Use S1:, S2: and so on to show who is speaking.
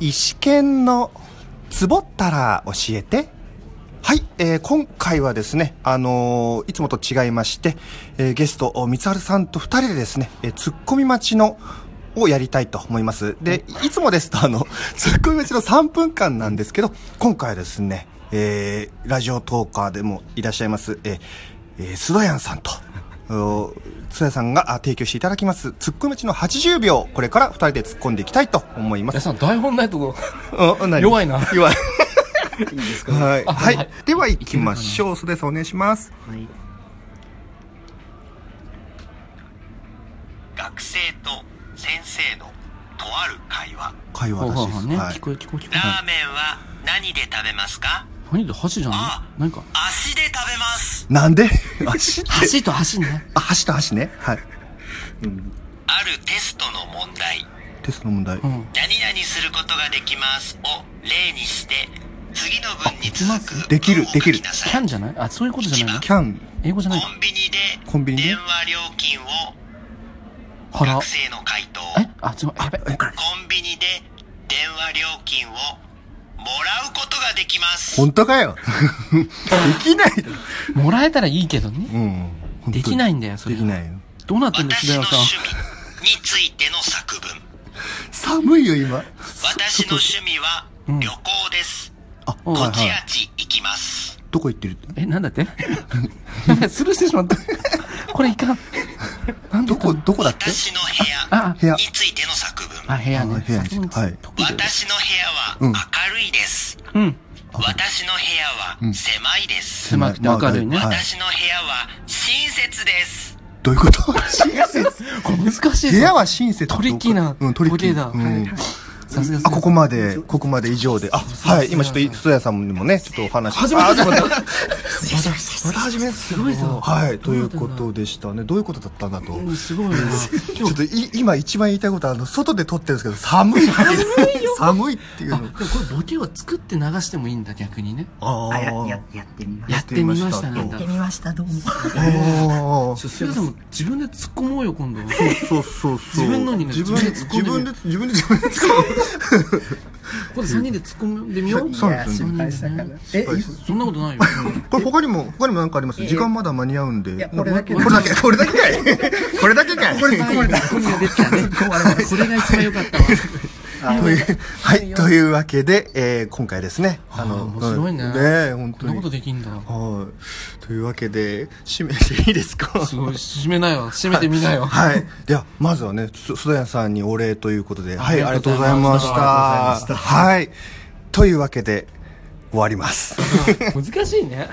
S1: 石剣のつぼったら教えて。はい、えー、今回はですね、あのーいつもと違いまして、えーゲスト、お三春さんと二人でですね、えー、ツッコミ待ちの、をやりたいと思います。で、いつもですと、あの、 ツッコミ待ちの3分間なんですけど、今回はですね、えー、ラジオトーカーでもいらっしゃいます、えー、えー、須田やんさんと、 お須田さんがあ提供していただきます、ツッコミ待ちの80秒、これから二人で突っ込んでいきたいと思いま
S2: や
S1: す。
S2: さん台本ないとこ
S1: うん何
S2: 弱いな
S1: 弱い。
S3: いいですか
S1: はい。
S2: あ
S1: は
S2: はいい。
S1: では行きましょう。須田さんお願いします。
S3: はい
S4: 学生と先生のとある会話
S1: 会話
S3: ほう
S1: らし
S3: ほう
S1: いで
S3: ほう
S1: す。
S3: ね、
S1: は
S3: 聞
S1: い。
S3: こえる聞こえる聞こ
S4: ラーメンは何で食べますか
S3: える何で箸じゃな
S4: あ
S3: い何か
S4: 足で食べます
S1: なんで 足って。
S3: 箸と箸ね
S1: あ、箸と箸ね。はい。
S4: あるテストの問題
S1: テストの問題。
S3: うん
S4: 何々することができますを例にして次の文に続
S3: あ
S4: く
S1: できる
S4: 文を書きな
S3: キ
S4: さ
S3: ャ
S4: い
S3: ンじゃないあそういうことじゃないの
S1: キャン。
S3: 英語じゃ
S4: コ
S3: ないか
S4: ンビニで
S1: コンビニで
S4: 電話料金を
S3: 腹
S4: 学生の回答
S3: えあ違うやべ
S1: え
S4: コンビニで電話料金をもらうことができます
S1: 本当か よ。できないだろ。
S3: もらえたらいいけどね
S1: うん。本当に
S3: できないんだよそれ
S1: で
S3: が
S1: きないよ。
S3: どうなってんです
S4: 私の
S3: よさん
S4: 趣味についての作文
S1: 寒いよ、今。
S4: 私の趣味は旅行です。
S1: あ、
S3: うん
S1: はい
S4: こち
S1: はい。
S4: あち行きます。
S1: どこ行ってるって
S3: えなんだって やべスルーしてしまったこれいかんなんで
S1: ど
S3: 言った
S1: こ、
S3: の
S1: どこだって
S4: 私の
S3: あ
S4: 部
S1: 部
S4: 屋
S1: 屋
S4: についての作文。
S3: あ部屋
S1: あ
S3: ね
S1: 部屋に
S3: 先に
S1: はい
S3: 得意だよ
S4: 私の部
S1: う
S4: 屋
S1: ん
S4: は明るいです。
S3: うん
S4: 私の部屋は狭いです。
S3: 狭くて明るいね
S1: まあはい。
S4: 私の部屋は親切です。
S1: どういうこと 親切。
S3: これ難しいぞ
S1: 部屋は親切。
S3: トリッキーな
S1: うん、トリッキー。
S3: トリッキーだ
S1: うん
S3: はいさすが
S1: あ、ここまで、ここまで以上で。あ、はい。今ちょっと、須谷さんにもね、ちょっとお話。
S3: 初めてだった
S1: また始めす
S3: ごいぞ
S1: はい、ということでしたね。どういうことだったんだと。
S3: うんすごいな
S1: ちょっとい今一番言いたいことは、あの、外で撮ってるんですけど、寒いっていう。 寒いっていう
S3: あ
S1: の
S3: で。もこれボケを作って流してもいいんだ逆にね
S1: あ
S5: あや
S1: ー
S5: ややってみまし
S3: やってみました
S1: や
S3: な
S1: ってみ
S3: ん
S5: た。
S3: だ
S5: やってみました、どうも。
S1: おー
S3: 須田さんも自分で突っ込もうよ今 度は
S1: そうそうそう。
S3: 自分のにね
S1: 自分で、
S3: 自分で突っ
S1: 自分で、自
S3: 込んで
S1: 分で、自分で使
S3: これ3人で突っ込んでみよう
S1: そう
S5: い
S1: なん
S5: や
S1: ですよ
S5: 心配したから。え、
S3: そんなことないよ
S1: これ他にも、他にも何かあります
S5: え
S1: 時間まだ間に合うんで。
S5: いやこれだけ
S1: これだけ、これだけかいこれだけかい
S3: 突っ込みが出てきたねこれが一番良かったわ
S1: という、はい、というわけで、えー今回ですね。あ
S3: あー面白いね
S1: ねえ本当
S3: こんな
S1: に
S3: こ。とできんだ
S1: はい。というわけで、締めていいですか
S3: すごい締めなよ締めてみなよ
S1: はい。では、まずはね、す須田さんにお礼ということで、はい、あ
S3: あ
S1: りがと
S3: りがと
S1: う
S3: う
S1: ご
S3: ご
S1: ざ
S3: ざ
S1: い
S3: い
S1: ま
S3: ま
S1: し
S3: し
S1: た。
S3: た
S1: はい。というわけで、終わります。
S3: 難しいね